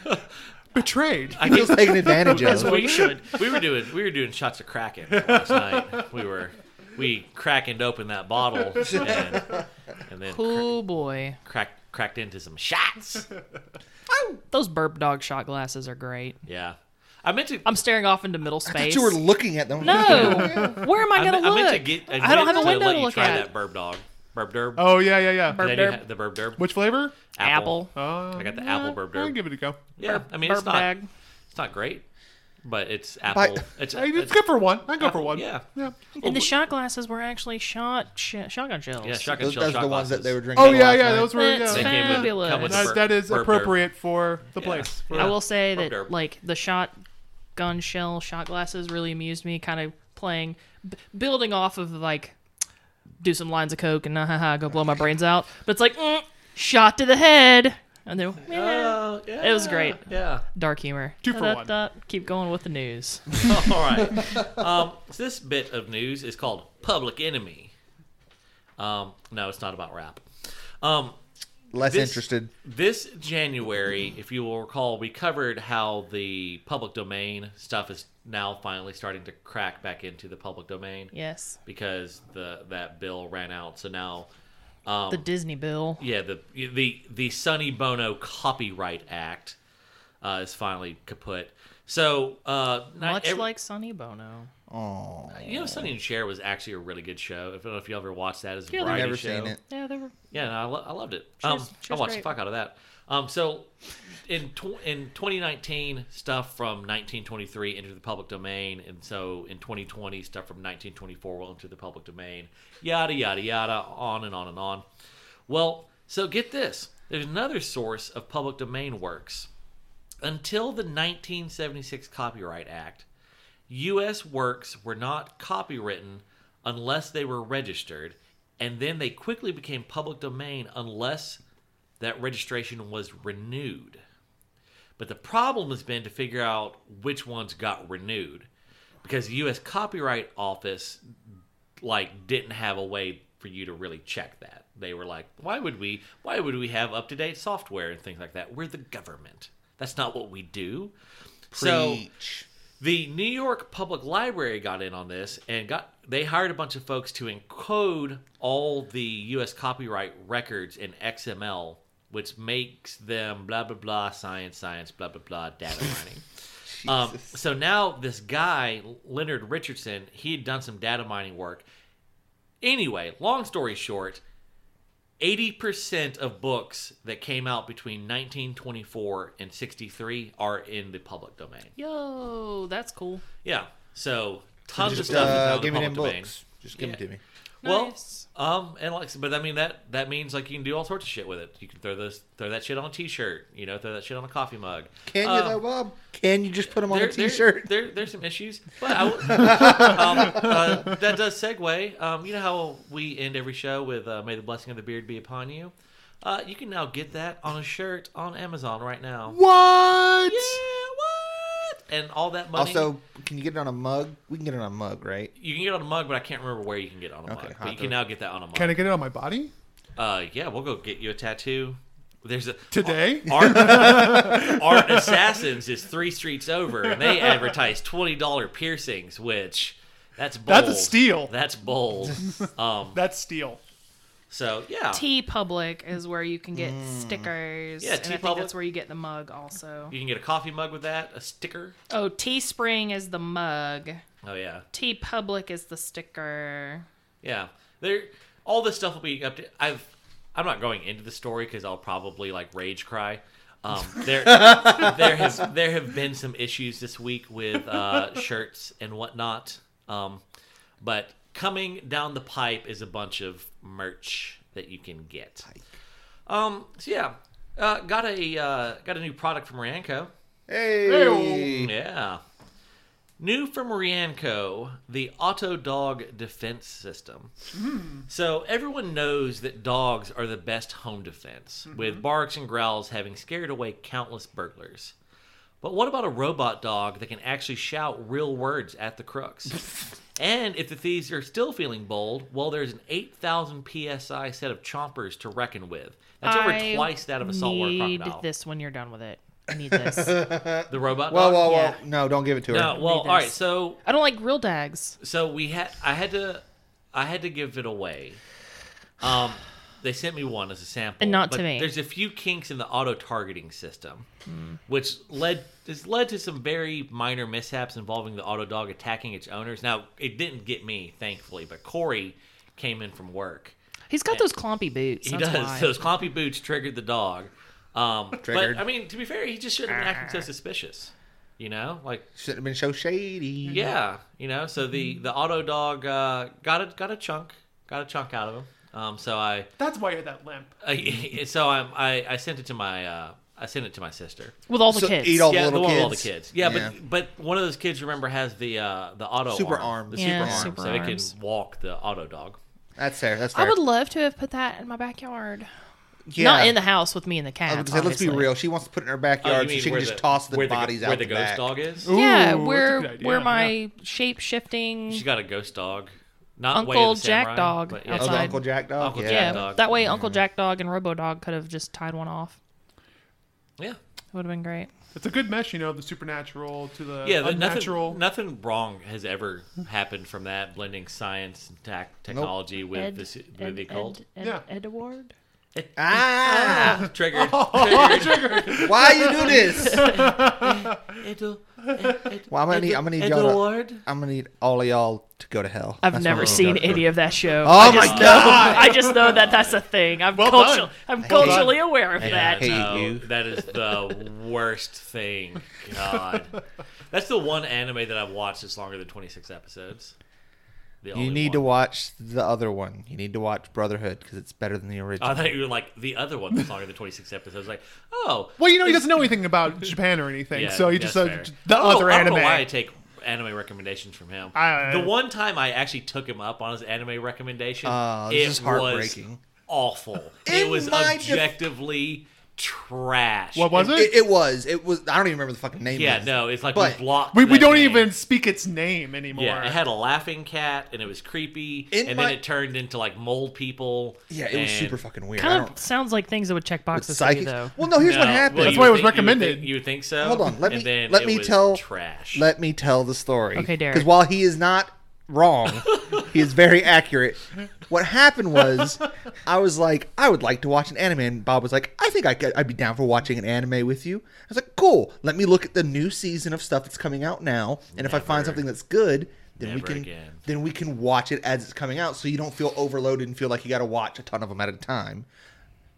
[SPEAKER 5] Betrayed.
[SPEAKER 2] I
[SPEAKER 3] He was
[SPEAKER 2] gave,
[SPEAKER 3] taken advantage
[SPEAKER 2] as
[SPEAKER 3] of.
[SPEAKER 2] we should. We were doing. We were doing shots of Kraken last night. We were. We crackened open that bottle and, and then cr-
[SPEAKER 4] Oh boy,
[SPEAKER 2] cracked cracked into some shots.
[SPEAKER 4] those burp dog shot glasses are great.
[SPEAKER 2] Yeah, I meant to.
[SPEAKER 4] I'm staring off into middle
[SPEAKER 3] I thought
[SPEAKER 4] space.
[SPEAKER 3] you were looking at them.
[SPEAKER 4] no, where am I
[SPEAKER 2] I,
[SPEAKER 4] gonna
[SPEAKER 2] me- I
[SPEAKER 4] look?
[SPEAKER 2] meant to get.
[SPEAKER 4] I don't
[SPEAKER 2] meant
[SPEAKER 4] have a
[SPEAKER 2] to
[SPEAKER 4] window
[SPEAKER 2] let
[SPEAKER 4] to
[SPEAKER 2] you
[SPEAKER 4] look
[SPEAKER 2] try
[SPEAKER 4] at.
[SPEAKER 2] that burb dog, burb derb.
[SPEAKER 5] Oh yeah, yeah, yeah.
[SPEAKER 2] Did I
[SPEAKER 4] Burb
[SPEAKER 2] do
[SPEAKER 4] derb.
[SPEAKER 2] ha- the burb derb.
[SPEAKER 5] Which flavor?
[SPEAKER 4] Apple.
[SPEAKER 5] Uh,
[SPEAKER 2] I got the
[SPEAKER 5] yeah,
[SPEAKER 2] apple burb
[SPEAKER 5] I'll
[SPEAKER 2] derb.
[SPEAKER 5] give it a go.
[SPEAKER 2] Yeah, I mean
[SPEAKER 4] burp
[SPEAKER 2] it's not.
[SPEAKER 4] bag.
[SPEAKER 2] It's not great, but it's apple. it's,
[SPEAKER 5] Hey,
[SPEAKER 2] it's
[SPEAKER 5] It's good for one. I go for one.
[SPEAKER 2] Yeah,
[SPEAKER 5] Yeah.
[SPEAKER 4] And the shot glasses were actually shot sh- shotgun shells.
[SPEAKER 2] Oh, yeah. Shotgun
[SPEAKER 3] Those,
[SPEAKER 2] shell
[SPEAKER 3] those are
[SPEAKER 2] shot
[SPEAKER 3] the ones that
[SPEAKER 2] glasses.
[SPEAKER 3] they were drinking.
[SPEAKER 5] Oh yeah,
[SPEAKER 3] last
[SPEAKER 5] yeah.
[SPEAKER 3] night.
[SPEAKER 5] Those were.
[SPEAKER 4] That's
[SPEAKER 2] They
[SPEAKER 5] Yeah.
[SPEAKER 2] came with-
[SPEAKER 4] Fabulous.
[SPEAKER 2] come with
[SPEAKER 5] That-
[SPEAKER 2] the burb-
[SPEAKER 5] that is
[SPEAKER 2] burb derb.
[SPEAKER 5] appropriate for the place. For-
[SPEAKER 4] I will say that
[SPEAKER 2] derb.
[SPEAKER 4] like the shotgun shell shot glasses really amused me, kind of playing, b- building off of like do some lines of coke and ah, ha, ha, go blow my brains out. But it's like mm, shot to the head, and then meh.
[SPEAKER 2] Oh, yeah.
[SPEAKER 4] It was great.
[SPEAKER 2] Yeah.
[SPEAKER 4] dark humor.
[SPEAKER 5] Two for one.
[SPEAKER 4] Keep going with the news.
[SPEAKER 2] Oh, All right. Um, so this bit of news is called Public Enemy. Um, no, it's not about rap. Um,
[SPEAKER 3] Less
[SPEAKER 2] This-
[SPEAKER 3] interested.
[SPEAKER 2] this January, if you will recall, we covered how the public domain stuff is now finally starting to crack back into the public domain
[SPEAKER 4] Yes,
[SPEAKER 2] because the that bill ran out. So now, um,
[SPEAKER 4] the Disney bill.
[SPEAKER 2] yeah, the the the Sonny Bono Copyright Act uh, is finally kaput. So uh, not
[SPEAKER 4] Much
[SPEAKER 2] every-
[SPEAKER 4] like Sonny Bono.
[SPEAKER 3] Oh,
[SPEAKER 2] you know, Sonny and Cher was actually a really good show. If I don't know if you ever watched that as a
[SPEAKER 4] Yeah,
[SPEAKER 2] variety
[SPEAKER 3] never
[SPEAKER 2] show.
[SPEAKER 3] seen it.
[SPEAKER 4] Yeah, they were.
[SPEAKER 2] Yeah, no, I, lo- I loved it. Um,
[SPEAKER 4] Cheers-
[SPEAKER 2] I
[SPEAKER 4] cheers,
[SPEAKER 2] watched the
[SPEAKER 4] great.
[SPEAKER 2] fuck out of that. Um, so in tw- in 2019, stuff from 1923 entered the public domain, and so in 2020, stuff from 1924 will enter the public domain. Yada yada yada, on and on and on. Well, so get this. There's another source of public domain works. Until the 1976 Copyright Act, U.S. works were not copywritten unless they were registered, and then they quickly became public domain unless that registration was renewed. But the problem has been to figure out which ones got renewed because the U.S. Copyright Office like didn't have a way for you to really check that. They were like, "Why would we? Why would we have up to date software and things like that? We're the government. That's not what we do." So
[SPEAKER 3] Preach.
[SPEAKER 2] the New York Public Library got in on this and got they hired a bunch of folks to encode all the US copyright records in XML, which makes them blah blah blah science science blah blah blah data mining. Um, so now this guy Leonard Richardson, he had done some data mining work. Anyway, long story short, eighty percent of books that came out between 1924 and 63 are in the public domain.
[SPEAKER 4] Yo, that's cool.
[SPEAKER 2] Yeah. So tons
[SPEAKER 3] Just
[SPEAKER 2] of stuff is out in
[SPEAKER 3] uh,
[SPEAKER 2] the
[SPEAKER 3] give me them
[SPEAKER 2] public domain.
[SPEAKER 3] books. Just give them to me.
[SPEAKER 2] Well,
[SPEAKER 4] Nice.
[SPEAKER 2] um, and like, but I mean that that means like you can do all sorts of shit with it. You can throw those, throw that shit on a t-shirt. You know, throw that shit on a coffee mug.
[SPEAKER 3] Can you
[SPEAKER 2] Uh,
[SPEAKER 3] though, Bob? Can you just put them on
[SPEAKER 2] there,
[SPEAKER 3] a T-shirt?
[SPEAKER 2] There, there, there's some issues, but I w um, uh, that does segue. Um, you know how we end every show with uh, "May the blessing of the beard be upon you." Uh, you can now get that on a shirt on Amazon right now.
[SPEAKER 5] What?
[SPEAKER 2] Yeah, what? And all that money.
[SPEAKER 3] Also, can you get it on a mug? We can get it on a mug, right?
[SPEAKER 2] you can get it on a mug, but I can't remember where you can get it on a
[SPEAKER 3] Okay,
[SPEAKER 2] mug.
[SPEAKER 3] hot
[SPEAKER 2] But you
[SPEAKER 3] dog.
[SPEAKER 2] can now get that on a mug.
[SPEAKER 5] Can I get it on my body
[SPEAKER 2] Uh, yeah, we'll go get you a tattoo. There's a
[SPEAKER 5] today?
[SPEAKER 2] Art, Art Assassins is three streets over, and they advertise twenty dollar piercings, which that's bold.
[SPEAKER 5] That's a steal.
[SPEAKER 2] That's bold. Um,
[SPEAKER 5] That's steel.
[SPEAKER 2] so yeah,
[SPEAKER 4] T Public is where you can get stickers.
[SPEAKER 2] Mm. Yeah,
[SPEAKER 4] and I think
[SPEAKER 2] TeePublic.
[SPEAKER 4] that's where you get the mug also.
[SPEAKER 2] you can get a coffee mug with that, a sticker.
[SPEAKER 4] Oh, Teespring is the mug.
[SPEAKER 2] Oh yeah,
[SPEAKER 4] T Public is the sticker.
[SPEAKER 2] yeah. There, all this stuff will be up to. I've, I'm not going into the story because I'll probably like rage cry. Um, there, there has there have been some issues this week with uh, shirts and whatnot, um, but coming down the pipe is a bunch of merch that you can get. Um, so yeah, uh, got a uh, got a new product from Ranco.
[SPEAKER 3] Hey.
[SPEAKER 2] Yeah. New from Rianco, the Auto Dog Defense System. So everyone knows that dogs are the best home defense, with barks and growls having scared away countless burglars. But what about a robot dog that can actually shout real words at the crooks? and if the thieves are still feeling bold, well, there's an 8,000 psi set of chompers to reckon with. That's over
[SPEAKER 6] I
[SPEAKER 2] twice that of a saltwater
[SPEAKER 6] need
[SPEAKER 2] crocodile.
[SPEAKER 6] this when you're done with it. I need this.
[SPEAKER 2] The robot
[SPEAKER 3] Well,
[SPEAKER 2] dog.
[SPEAKER 3] well, well.
[SPEAKER 6] Yeah.
[SPEAKER 3] No, don't give it to her.
[SPEAKER 2] Oh, no, well,
[SPEAKER 6] Need
[SPEAKER 2] all right.
[SPEAKER 6] this.
[SPEAKER 2] So
[SPEAKER 4] I don't like real dags.
[SPEAKER 2] so we had i had to i had to give it away um they sent me one as a sample
[SPEAKER 6] And not
[SPEAKER 2] but
[SPEAKER 6] to me.
[SPEAKER 2] there's a few kinks in the auto targeting system which led this led to some very minor mishaps involving the auto dog attacking its owners now it didn't get me thankfully but corey came in from work
[SPEAKER 4] He's got those clompy boots.
[SPEAKER 2] he
[SPEAKER 4] that's
[SPEAKER 2] does
[SPEAKER 4] why.
[SPEAKER 2] those clompy boots triggered the dog um
[SPEAKER 3] Triggered.
[SPEAKER 2] but i mean to be fair he just shouldn't have been acting so suspicious you know like
[SPEAKER 3] Shouldn't have been so shady.
[SPEAKER 4] Mm-hmm.
[SPEAKER 2] yeah, you know, so the the auto dog uh, got a got a chunk, got a chunk out of him. Um, so I,
[SPEAKER 5] That's why you had that limp.
[SPEAKER 2] I so I'm, I I sent it to my uh, I sent it to my sister.
[SPEAKER 4] with all the
[SPEAKER 3] So
[SPEAKER 4] kids.
[SPEAKER 3] eat all
[SPEAKER 2] yeah,
[SPEAKER 3] the
[SPEAKER 2] the
[SPEAKER 3] little
[SPEAKER 2] one
[SPEAKER 3] kids.
[SPEAKER 2] with all the kids. Yeah,
[SPEAKER 3] Yeah.
[SPEAKER 2] but but one of those kids remember has the uh, the auto
[SPEAKER 3] Super arm.
[SPEAKER 2] arm, the
[SPEAKER 6] Yeah,
[SPEAKER 2] super arm,
[SPEAKER 6] super
[SPEAKER 2] so it
[SPEAKER 6] arms.
[SPEAKER 2] can walk the auto dog.
[SPEAKER 3] That's fair. That's fair.
[SPEAKER 4] I would love to have put that in my backyard.
[SPEAKER 3] yeah.
[SPEAKER 4] Not in the house with me and
[SPEAKER 3] I
[SPEAKER 4] the cat.
[SPEAKER 3] was gonna say, let's be
[SPEAKER 4] obviously.
[SPEAKER 3] real. She wants to put it in her
[SPEAKER 2] Oh,
[SPEAKER 3] backyard
[SPEAKER 2] you
[SPEAKER 3] so
[SPEAKER 2] mean
[SPEAKER 3] she can
[SPEAKER 2] where
[SPEAKER 3] just
[SPEAKER 2] the-
[SPEAKER 3] toss the
[SPEAKER 2] where
[SPEAKER 3] bodies
[SPEAKER 2] the,
[SPEAKER 3] out
[SPEAKER 2] where the
[SPEAKER 3] the
[SPEAKER 2] ghost
[SPEAKER 3] back.
[SPEAKER 2] dog is.
[SPEAKER 4] Yeah,
[SPEAKER 5] Ooh, that's a good
[SPEAKER 4] where
[SPEAKER 5] idea,
[SPEAKER 4] where
[SPEAKER 5] yeah.
[SPEAKER 4] my shape shifting
[SPEAKER 2] She's got a ghost dog, not
[SPEAKER 4] Uncle
[SPEAKER 2] Way of the
[SPEAKER 4] Jack
[SPEAKER 2] Samurai,
[SPEAKER 4] Dog
[SPEAKER 2] but yeah.
[SPEAKER 3] Oh, the
[SPEAKER 4] outside.
[SPEAKER 3] Uncle Jack dog.
[SPEAKER 2] Uncle
[SPEAKER 3] yeah.
[SPEAKER 2] Jack
[SPEAKER 4] Yeah,
[SPEAKER 2] dog.
[SPEAKER 4] that way Uncle Jack Dog and Robo Dog could have just tied one off.
[SPEAKER 2] yeah.
[SPEAKER 4] It would have been great.
[SPEAKER 5] It's a good mesh, you know, the supernatural to the
[SPEAKER 2] yeah, the,
[SPEAKER 5] unnatural.
[SPEAKER 2] nothing, nothing wrong has ever happened from that blending science and tech, technology with
[SPEAKER 6] Ed,
[SPEAKER 2] this with
[SPEAKER 6] Ed,
[SPEAKER 2] the occult.
[SPEAKER 6] Ed, Ed,
[SPEAKER 5] Yeah.
[SPEAKER 6] Edward.
[SPEAKER 3] Ah!
[SPEAKER 2] Ah, triggered.
[SPEAKER 3] Oh, Why you do this?
[SPEAKER 2] Edu,
[SPEAKER 3] Well, I'm gonna need. I'm gonna need y'all. To,
[SPEAKER 2] Edward.
[SPEAKER 3] I'm gonna need all of y'all to go to hell.
[SPEAKER 4] I've
[SPEAKER 3] That's what
[SPEAKER 4] never
[SPEAKER 3] I'm gonna
[SPEAKER 4] seen
[SPEAKER 3] go for.
[SPEAKER 4] any of that show.
[SPEAKER 3] Oh
[SPEAKER 4] I
[SPEAKER 3] my
[SPEAKER 4] just
[SPEAKER 3] God.
[SPEAKER 4] Know, I just know that that's a thing. I'm
[SPEAKER 5] Well
[SPEAKER 4] cultu-
[SPEAKER 5] done.
[SPEAKER 4] I'm
[SPEAKER 3] done.
[SPEAKER 4] culturally aware of that.
[SPEAKER 3] hate
[SPEAKER 2] No,
[SPEAKER 3] you.
[SPEAKER 2] that is the worst thing. God, that's the one anime that I've watched that's longer than twenty six episodes. The
[SPEAKER 3] You
[SPEAKER 2] only
[SPEAKER 3] need
[SPEAKER 2] one.
[SPEAKER 3] to watch the other one. You need to watch Brotherhood because it's better than the original.
[SPEAKER 2] I thought you were like the other one that's longer than twenty six episodes. Like, oh,
[SPEAKER 5] well, you know, he doesn't know anything about Japan or anything,
[SPEAKER 2] Yeah,
[SPEAKER 5] so he
[SPEAKER 2] that's
[SPEAKER 5] just uh,
[SPEAKER 2] fair.
[SPEAKER 5] the
[SPEAKER 2] Oh,
[SPEAKER 5] other
[SPEAKER 2] I don't
[SPEAKER 5] anime.
[SPEAKER 2] know why I take anime recommendations from him.
[SPEAKER 5] I-
[SPEAKER 2] the one time I actually took him up on his anime recommendation,
[SPEAKER 3] Oh, this
[SPEAKER 2] it
[SPEAKER 3] is heartbreaking.
[SPEAKER 2] was awful. it
[SPEAKER 3] In
[SPEAKER 2] was
[SPEAKER 3] my def-
[SPEAKER 2] objectively trash.
[SPEAKER 5] what was it?
[SPEAKER 3] it, it was. It was. I don't even remember the fucking name.
[SPEAKER 2] Yeah,
[SPEAKER 3] of it.
[SPEAKER 2] no, it's like
[SPEAKER 3] But
[SPEAKER 2] we blocked.
[SPEAKER 5] we we
[SPEAKER 2] that
[SPEAKER 5] don't
[SPEAKER 2] name.
[SPEAKER 5] even speak its name anymore.
[SPEAKER 2] Yeah, it had a laughing cat, and it was creepy,
[SPEAKER 3] In
[SPEAKER 2] and
[SPEAKER 3] my-
[SPEAKER 2] then it turned into like mold people.
[SPEAKER 3] Yeah, it was
[SPEAKER 2] and-
[SPEAKER 3] super fucking weird. I
[SPEAKER 6] Kind
[SPEAKER 3] don't,
[SPEAKER 6] of sounds like things that would check
[SPEAKER 3] with
[SPEAKER 6] boxes for you,
[SPEAKER 3] psychics.
[SPEAKER 6] though.
[SPEAKER 3] Well, no. Here's
[SPEAKER 2] No,
[SPEAKER 3] what
[SPEAKER 2] well,
[SPEAKER 3] happened.
[SPEAKER 2] you
[SPEAKER 5] That's
[SPEAKER 2] would
[SPEAKER 5] why it was
[SPEAKER 2] think- you would
[SPEAKER 5] recommended.
[SPEAKER 2] think- You would think so?
[SPEAKER 3] Hold on, let
[SPEAKER 2] And
[SPEAKER 3] me-
[SPEAKER 2] then
[SPEAKER 3] let
[SPEAKER 2] it
[SPEAKER 3] me
[SPEAKER 2] was
[SPEAKER 3] tell-
[SPEAKER 2] Trash.
[SPEAKER 3] Let me tell the story.
[SPEAKER 6] Okay, Derek.
[SPEAKER 3] Because while he is not wrong, he is very accurate. What happened was, I was like, I would like to watch an anime, and Bob was like, I think I could, I'd be down for watching an anime with you. I was like, cool. Let me look at the new season of stuff that's coming out now, and if I find something that's good, then we
[SPEAKER 2] Never
[SPEAKER 3] can
[SPEAKER 2] again.
[SPEAKER 3] then we can watch it as it's coming out, so you don't feel overloaded and feel like you got to watch a ton of them at a time.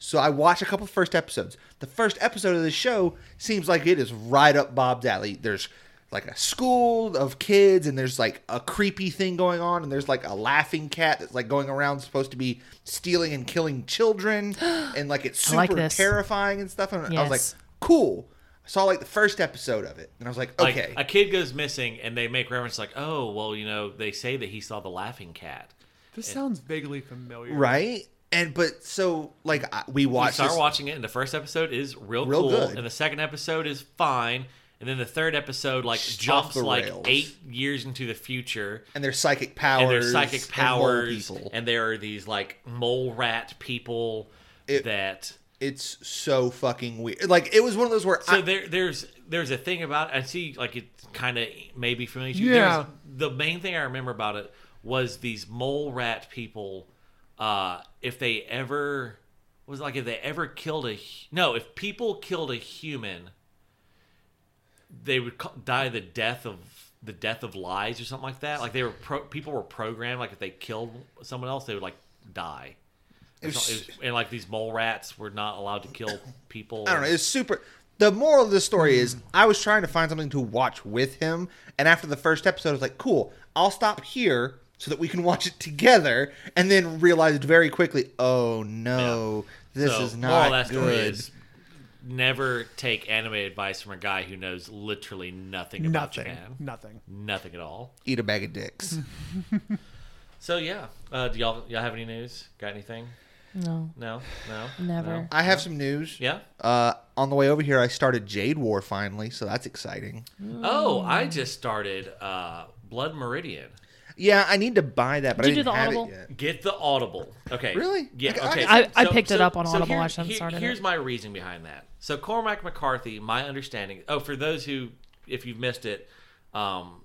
[SPEAKER 3] So I watch a couple first episodes. The first episode of the show seems like it is right up Bob's alley. There's like a school of kids, and there's like a creepy thing going on, and there's like a laughing cat that's like going around supposed to be stealing and killing children, and like it's
[SPEAKER 6] I
[SPEAKER 3] super
[SPEAKER 6] like this.
[SPEAKER 3] terrifying and stuff. And I was
[SPEAKER 6] Yes.
[SPEAKER 3] like, cool. I saw like the first episode of it, and I was like,
[SPEAKER 2] Like
[SPEAKER 3] okay.
[SPEAKER 2] a kid goes missing, and they make reference like, "Oh, well, you know, they say that he saw the laughing cat."
[SPEAKER 5] this sounds vaguely familiar.
[SPEAKER 3] right? And but so like I, we
[SPEAKER 2] You
[SPEAKER 3] watched
[SPEAKER 2] start
[SPEAKER 3] this-
[SPEAKER 2] watching it, and the first episode is real,
[SPEAKER 3] Real
[SPEAKER 2] cool,
[SPEAKER 3] good.
[SPEAKER 2] and the second episode is fine, and then the third episode like
[SPEAKER 3] Just off
[SPEAKER 2] jumps
[SPEAKER 3] the
[SPEAKER 2] like
[SPEAKER 3] rails.
[SPEAKER 2] eight years into the future,
[SPEAKER 3] and their psychic
[SPEAKER 2] and
[SPEAKER 3] powers,
[SPEAKER 2] there's psychic
[SPEAKER 3] and mole
[SPEAKER 2] powers, and,
[SPEAKER 3] people.
[SPEAKER 2] there are these like mole rat people
[SPEAKER 3] It-
[SPEAKER 2] that.
[SPEAKER 3] it's so fucking weird. Like it was one of those where
[SPEAKER 2] So
[SPEAKER 3] I,
[SPEAKER 2] there, there's there's a thing about I see like it kind of maybe familiar. to you.
[SPEAKER 5] Yeah.
[SPEAKER 2] There's- The main thing I remember about it was these mole rat people. Uh, if they ever was like if they ever killed a hu- no if people killed a human, they would ca- die the death of the death of lies or something like that. Like they were pro- people were programmed like if they killed someone else they would like die. Or
[SPEAKER 3] It was-
[SPEAKER 2] something. It was- and like these mole rats were not allowed to kill people.
[SPEAKER 3] I don't know. It's super. the moral of this story is I was trying to find something to watch with him, and after the first episode, I was like, cool, I'll stop here so that we can watch it together, and then realized very quickly, oh no, this
[SPEAKER 2] So,
[SPEAKER 3] is
[SPEAKER 2] moral of that
[SPEAKER 3] not
[SPEAKER 2] story
[SPEAKER 3] good.
[SPEAKER 2] is never take anime advice from a guy who knows literally nothing about
[SPEAKER 5] Nothing.
[SPEAKER 2] Japan.
[SPEAKER 5] Nothing.
[SPEAKER 2] Nothing at all.
[SPEAKER 3] Eat a bag of dicks.
[SPEAKER 2] So yeah, uh, do y'all y'all have any news? Got anything?
[SPEAKER 6] No,
[SPEAKER 2] No, no,
[SPEAKER 6] never.
[SPEAKER 2] No?
[SPEAKER 3] I have some news.
[SPEAKER 2] Yeah.
[SPEAKER 3] Uh, on the way over here, I started Jade War finally, so that's exciting.
[SPEAKER 2] Oh, I just started uh, Blood Meridian.
[SPEAKER 3] Yeah, I need to buy that, but
[SPEAKER 6] Did
[SPEAKER 3] I
[SPEAKER 6] you do
[SPEAKER 3] didn't
[SPEAKER 6] the
[SPEAKER 3] have
[SPEAKER 6] audible?
[SPEAKER 3] it yet.
[SPEAKER 2] Get the Audible. Okay.
[SPEAKER 3] Really?
[SPEAKER 2] Yeah.
[SPEAKER 3] I- I-
[SPEAKER 2] Okay.
[SPEAKER 6] I- I picked it up on Audible. I
[SPEAKER 2] Here,
[SPEAKER 6] just haven't
[SPEAKER 2] here-
[SPEAKER 6] started it.
[SPEAKER 2] here's my reasoning behind that. So Cormac McCarthy, my understanding. Oh, for those who, if you've missed it, um,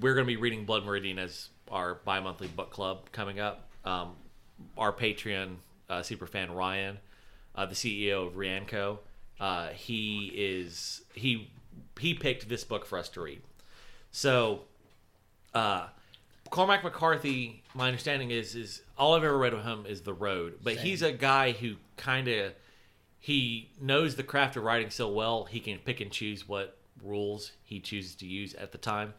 [SPEAKER 2] we're going to be reading Blood Meridian as our bi-monthly book club coming up. Um, our Patreon uh, superfan Ryan, uh, the CEO of Rianco, uh, he is he he picked this book for us to read. So uh, Cormac McCarthy, my understanding is is all I've ever read of him is The Road, but he's a guy who kind of he knows the craft of writing so well he can pick and choose what rules he chooses to use at the time.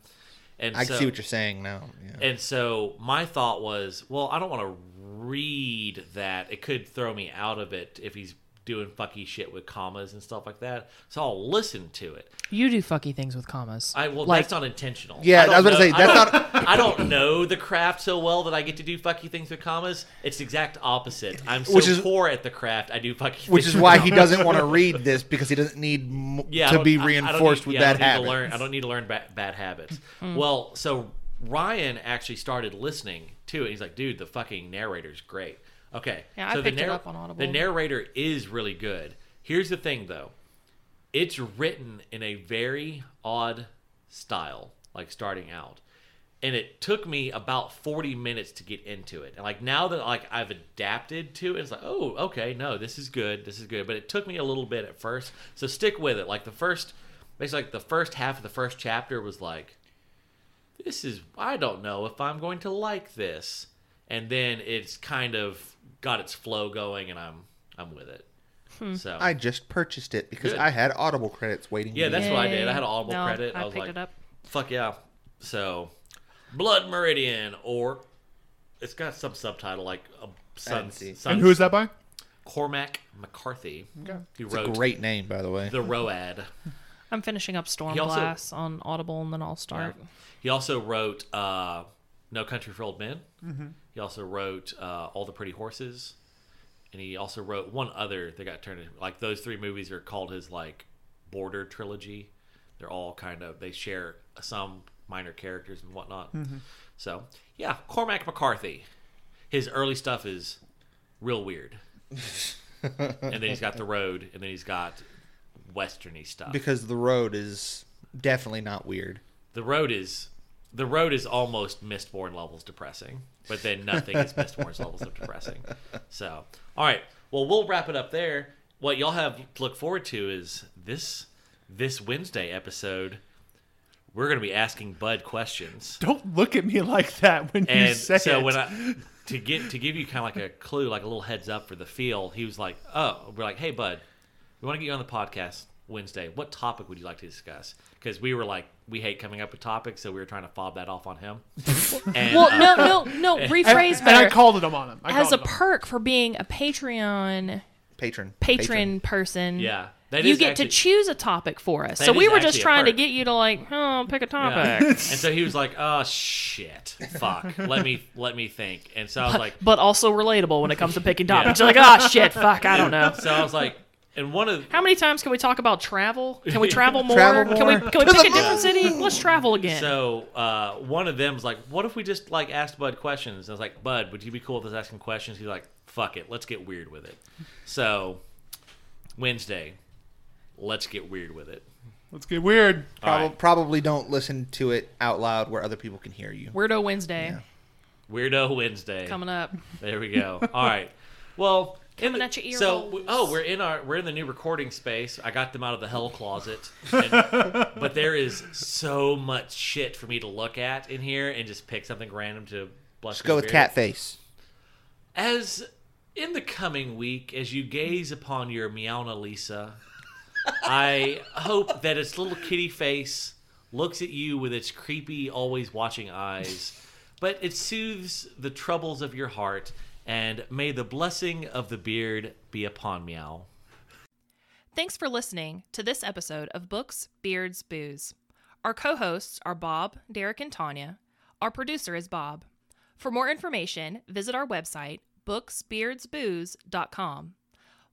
[SPEAKER 2] And
[SPEAKER 3] I
[SPEAKER 2] so,
[SPEAKER 3] see what you're saying now. Yeah.
[SPEAKER 2] and so my thought was, well, I don't want to read that. It could throw me out of it if he's doing fucky shit with commas and stuff like that. So I'll listen to it.
[SPEAKER 4] You do fucky things with commas.
[SPEAKER 2] I well,
[SPEAKER 4] Like-
[SPEAKER 2] that's not intentional.
[SPEAKER 3] Yeah,
[SPEAKER 2] don't
[SPEAKER 3] I was gonna
[SPEAKER 2] know-
[SPEAKER 3] say, that's
[SPEAKER 2] I don't, I don't know the craft so well that I get to do fucky things with commas. It's the exact opposite. I'm so
[SPEAKER 3] Which is-
[SPEAKER 2] poor at the craft. I do fucky.
[SPEAKER 3] Which
[SPEAKER 2] things
[SPEAKER 3] is
[SPEAKER 2] with
[SPEAKER 3] why
[SPEAKER 2] commas.
[SPEAKER 3] he doesn't want to read this because he doesn't need m-
[SPEAKER 2] yeah, I
[SPEAKER 3] to
[SPEAKER 2] don't-
[SPEAKER 3] be
[SPEAKER 2] I- I don't
[SPEAKER 3] reinforced
[SPEAKER 2] need-
[SPEAKER 3] with Hmm.
[SPEAKER 2] yeah, I
[SPEAKER 3] that
[SPEAKER 2] don't need to
[SPEAKER 3] habit.
[SPEAKER 2] learn- I don't need to learn bad, bad habits. Well, so Ryan actually started listening to it. He's like, dude, the fucking narrator's great. Okay.
[SPEAKER 6] Yeah, I
[SPEAKER 2] so
[SPEAKER 6] picked
[SPEAKER 2] the
[SPEAKER 6] it
[SPEAKER 2] narr-
[SPEAKER 6] up on Audible.
[SPEAKER 2] The narrator is really good. Here's the thing, though it's written in a very odd style, like starting out. And it took me about 40 minutes to get into it. And like now that like I've adapted to it, it's like, oh, okay, no, this is good, this is good. But it took me a little bit at first. So stick with it. Like the first basically like the first half of the first chapter was like, this is I don't know if I'm going to like this. And then it's kind of got its flow going and I'm I'm with it. So
[SPEAKER 3] I just purchased it because
[SPEAKER 2] Good.
[SPEAKER 3] I had Audible credits waiting.
[SPEAKER 2] yeah,
[SPEAKER 3] to
[SPEAKER 2] that's
[SPEAKER 3] use.
[SPEAKER 2] what I did. I had an Audible
[SPEAKER 6] No,
[SPEAKER 2] credit. I,
[SPEAKER 6] I
[SPEAKER 2] was
[SPEAKER 6] picked
[SPEAKER 2] like,
[SPEAKER 6] it up.
[SPEAKER 2] "Fuck yeah!" So, Blood Meridian, or it's got some subtitle like a
[SPEAKER 3] I
[SPEAKER 2] Sun.
[SPEAKER 3] didn't see.
[SPEAKER 2] Sun
[SPEAKER 5] And who is that by?
[SPEAKER 2] Cormac McCarthy. He
[SPEAKER 3] It's a
[SPEAKER 2] wrote
[SPEAKER 3] great name, by the way.
[SPEAKER 2] the Road.
[SPEAKER 6] I'm finishing up Storm
[SPEAKER 2] also-
[SPEAKER 6] Glass on Audible, and then I'll start.
[SPEAKER 2] He also wrote uh, No Country for Old Men. He also wrote uh, All the Pretty Horses, and he also wrote one other that got turned into like those three movies are called his like border trilogy. They're all kind of they share some minor characters and whatnot. So yeah, Cormac McCarthy. His early stuff is real weird, and then he's got the road, and then he's got westerny stuff.
[SPEAKER 3] Because the road is definitely not weird.
[SPEAKER 2] the road is the road is almost Mistborn levels depressing, but then nothing is Mistborn's levels of depressing. So, all right, well we'll wrap it up there. What y'all have to look forward to is this this Wednesday episode. We're going to be asking Bud questions,
[SPEAKER 5] Don't look at me like that when you
[SPEAKER 2] and
[SPEAKER 5] say
[SPEAKER 2] so
[SPEAKER 5] it.
[SPEAKER 2] when I to get to give you kind of like a clue, like a little heads up for the feel, he was like, "Oh, we're like, hey Bud, we want to get you on the podcast Wednesday. What topic would you like to discuss?" Because we were like, we hate coming up with topics, so we were trying to fob that off on him. and,
[SPEAKER 6] Well,
[SPEAKER 2] uh,
[SPEAKER 6] no, no, no.
[SPEAKER 5] and,
[SPEAKER 6] Rephrase
[SPEAKER 5] and
[SPEAKER 6] better.
[SPEAKER 5] I called it on him. I
[SPEAKER 6] As
[SPEAKER 5] called
[SPEAKER 6] a
[SPEAKER 5] it on him.
[SPEAKER 6] perk for being a Patreon
[SPEAKER 3] Patron.
[SPEAKER 6] patron, person,
[SPEAKER 2] yeah, that
[SPEAKER 6] you
[SPEAKER 2] is
[SPEAKER 6] get
[SPEAKER 2] actually-
[SPEAKER 6] to choose a topic for us.
[SPEAKER 2] That
[SPEAKER 6] So
[SPEAKER 2] is
[SPEAKER 6] we were just
[SPEAKER 2] actually a
[SPEAKER 6] trying to
[SPEAKER 2] perk.
[SPEAKER 6] get you to like, oh, pick a
[SPEAKER 2] Yeah.
[SPEAKER 6] topic.
[SPEAKER 2] and so he was like, "Oh shit, fuck. Let me let me think." And so I was like,
[SPEAKER 4] but also relatable when it comes to picking topics. You're like, ah, shit, fuck, I don't know.
[SPEAKER 2] so I was like, and one of
[SPEAKER 4] How many times can we talk about travel? Can we travel more?
[SPEAKER 3] Travel
[SPEAKER 4] Can we
[SPEAKER 3] more?
[SPEAKER 4] can we
[SPEAKER 3] To
[SPEAKER 4] pick
[SPEAKER 3] the
[SPEAKER 4] a different city? Let's travel again.
[SPEAKER 2] So uh, one of them's like, "What if we just like asked Bud questions?" I was like, "Bud, would you be cool with us asking questions?" He's like, "Fuck it, let's get weird with it." So Wednesday, let's get weird with it.
[SPEAKER 5] Let's get weird.
[SPEAKER 2] All
[SPEAKER 3] Prob-
[SPEAKER 2] right.
[SPEAKER 3] Probably don't listen to it out loud where other people can hear you.
[SPEAKER 4] Weirdo Wednesday
[SPEAKER 2] Weirdo Wednesday.
[SPEAKER 4] coming up.
[SPEAKER 2] There we go. All right. Well, in the,
[SPEAKER 4] at your ear
[SPEAKER 2] so
[SPEAKER 4] holes.
[SPEAKER 2] we- oh, we're in our we're in the new recording space. I got them out of the hell closet, and, but there is so much shit for me to look at in here and just pick something random to.
[SPEAKER 3] Let's go with Catface.
[SPEAKER 2] As in the coming week, as you gaze upon your Meowna Lisa, I hope that its little kitty face looks at you with its creepy, always watching eyes, but it soothes the troubles of your heart, and may the blessing of the beard be upon Meow.
[SPEAKER 4] Thanks for listening to this episode of Books, Beards, Booze. Our co hosts are Bob, Derek, and Tanya. Our producer is Bob. For more information, visit our website, booksbeardsbooze.com.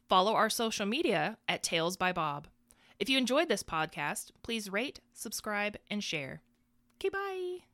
[SPEAKER 4] Follow our social media at Tales by Bob. If you enjoyed this podcast, please rate, subscribe, and share. Okay, bye.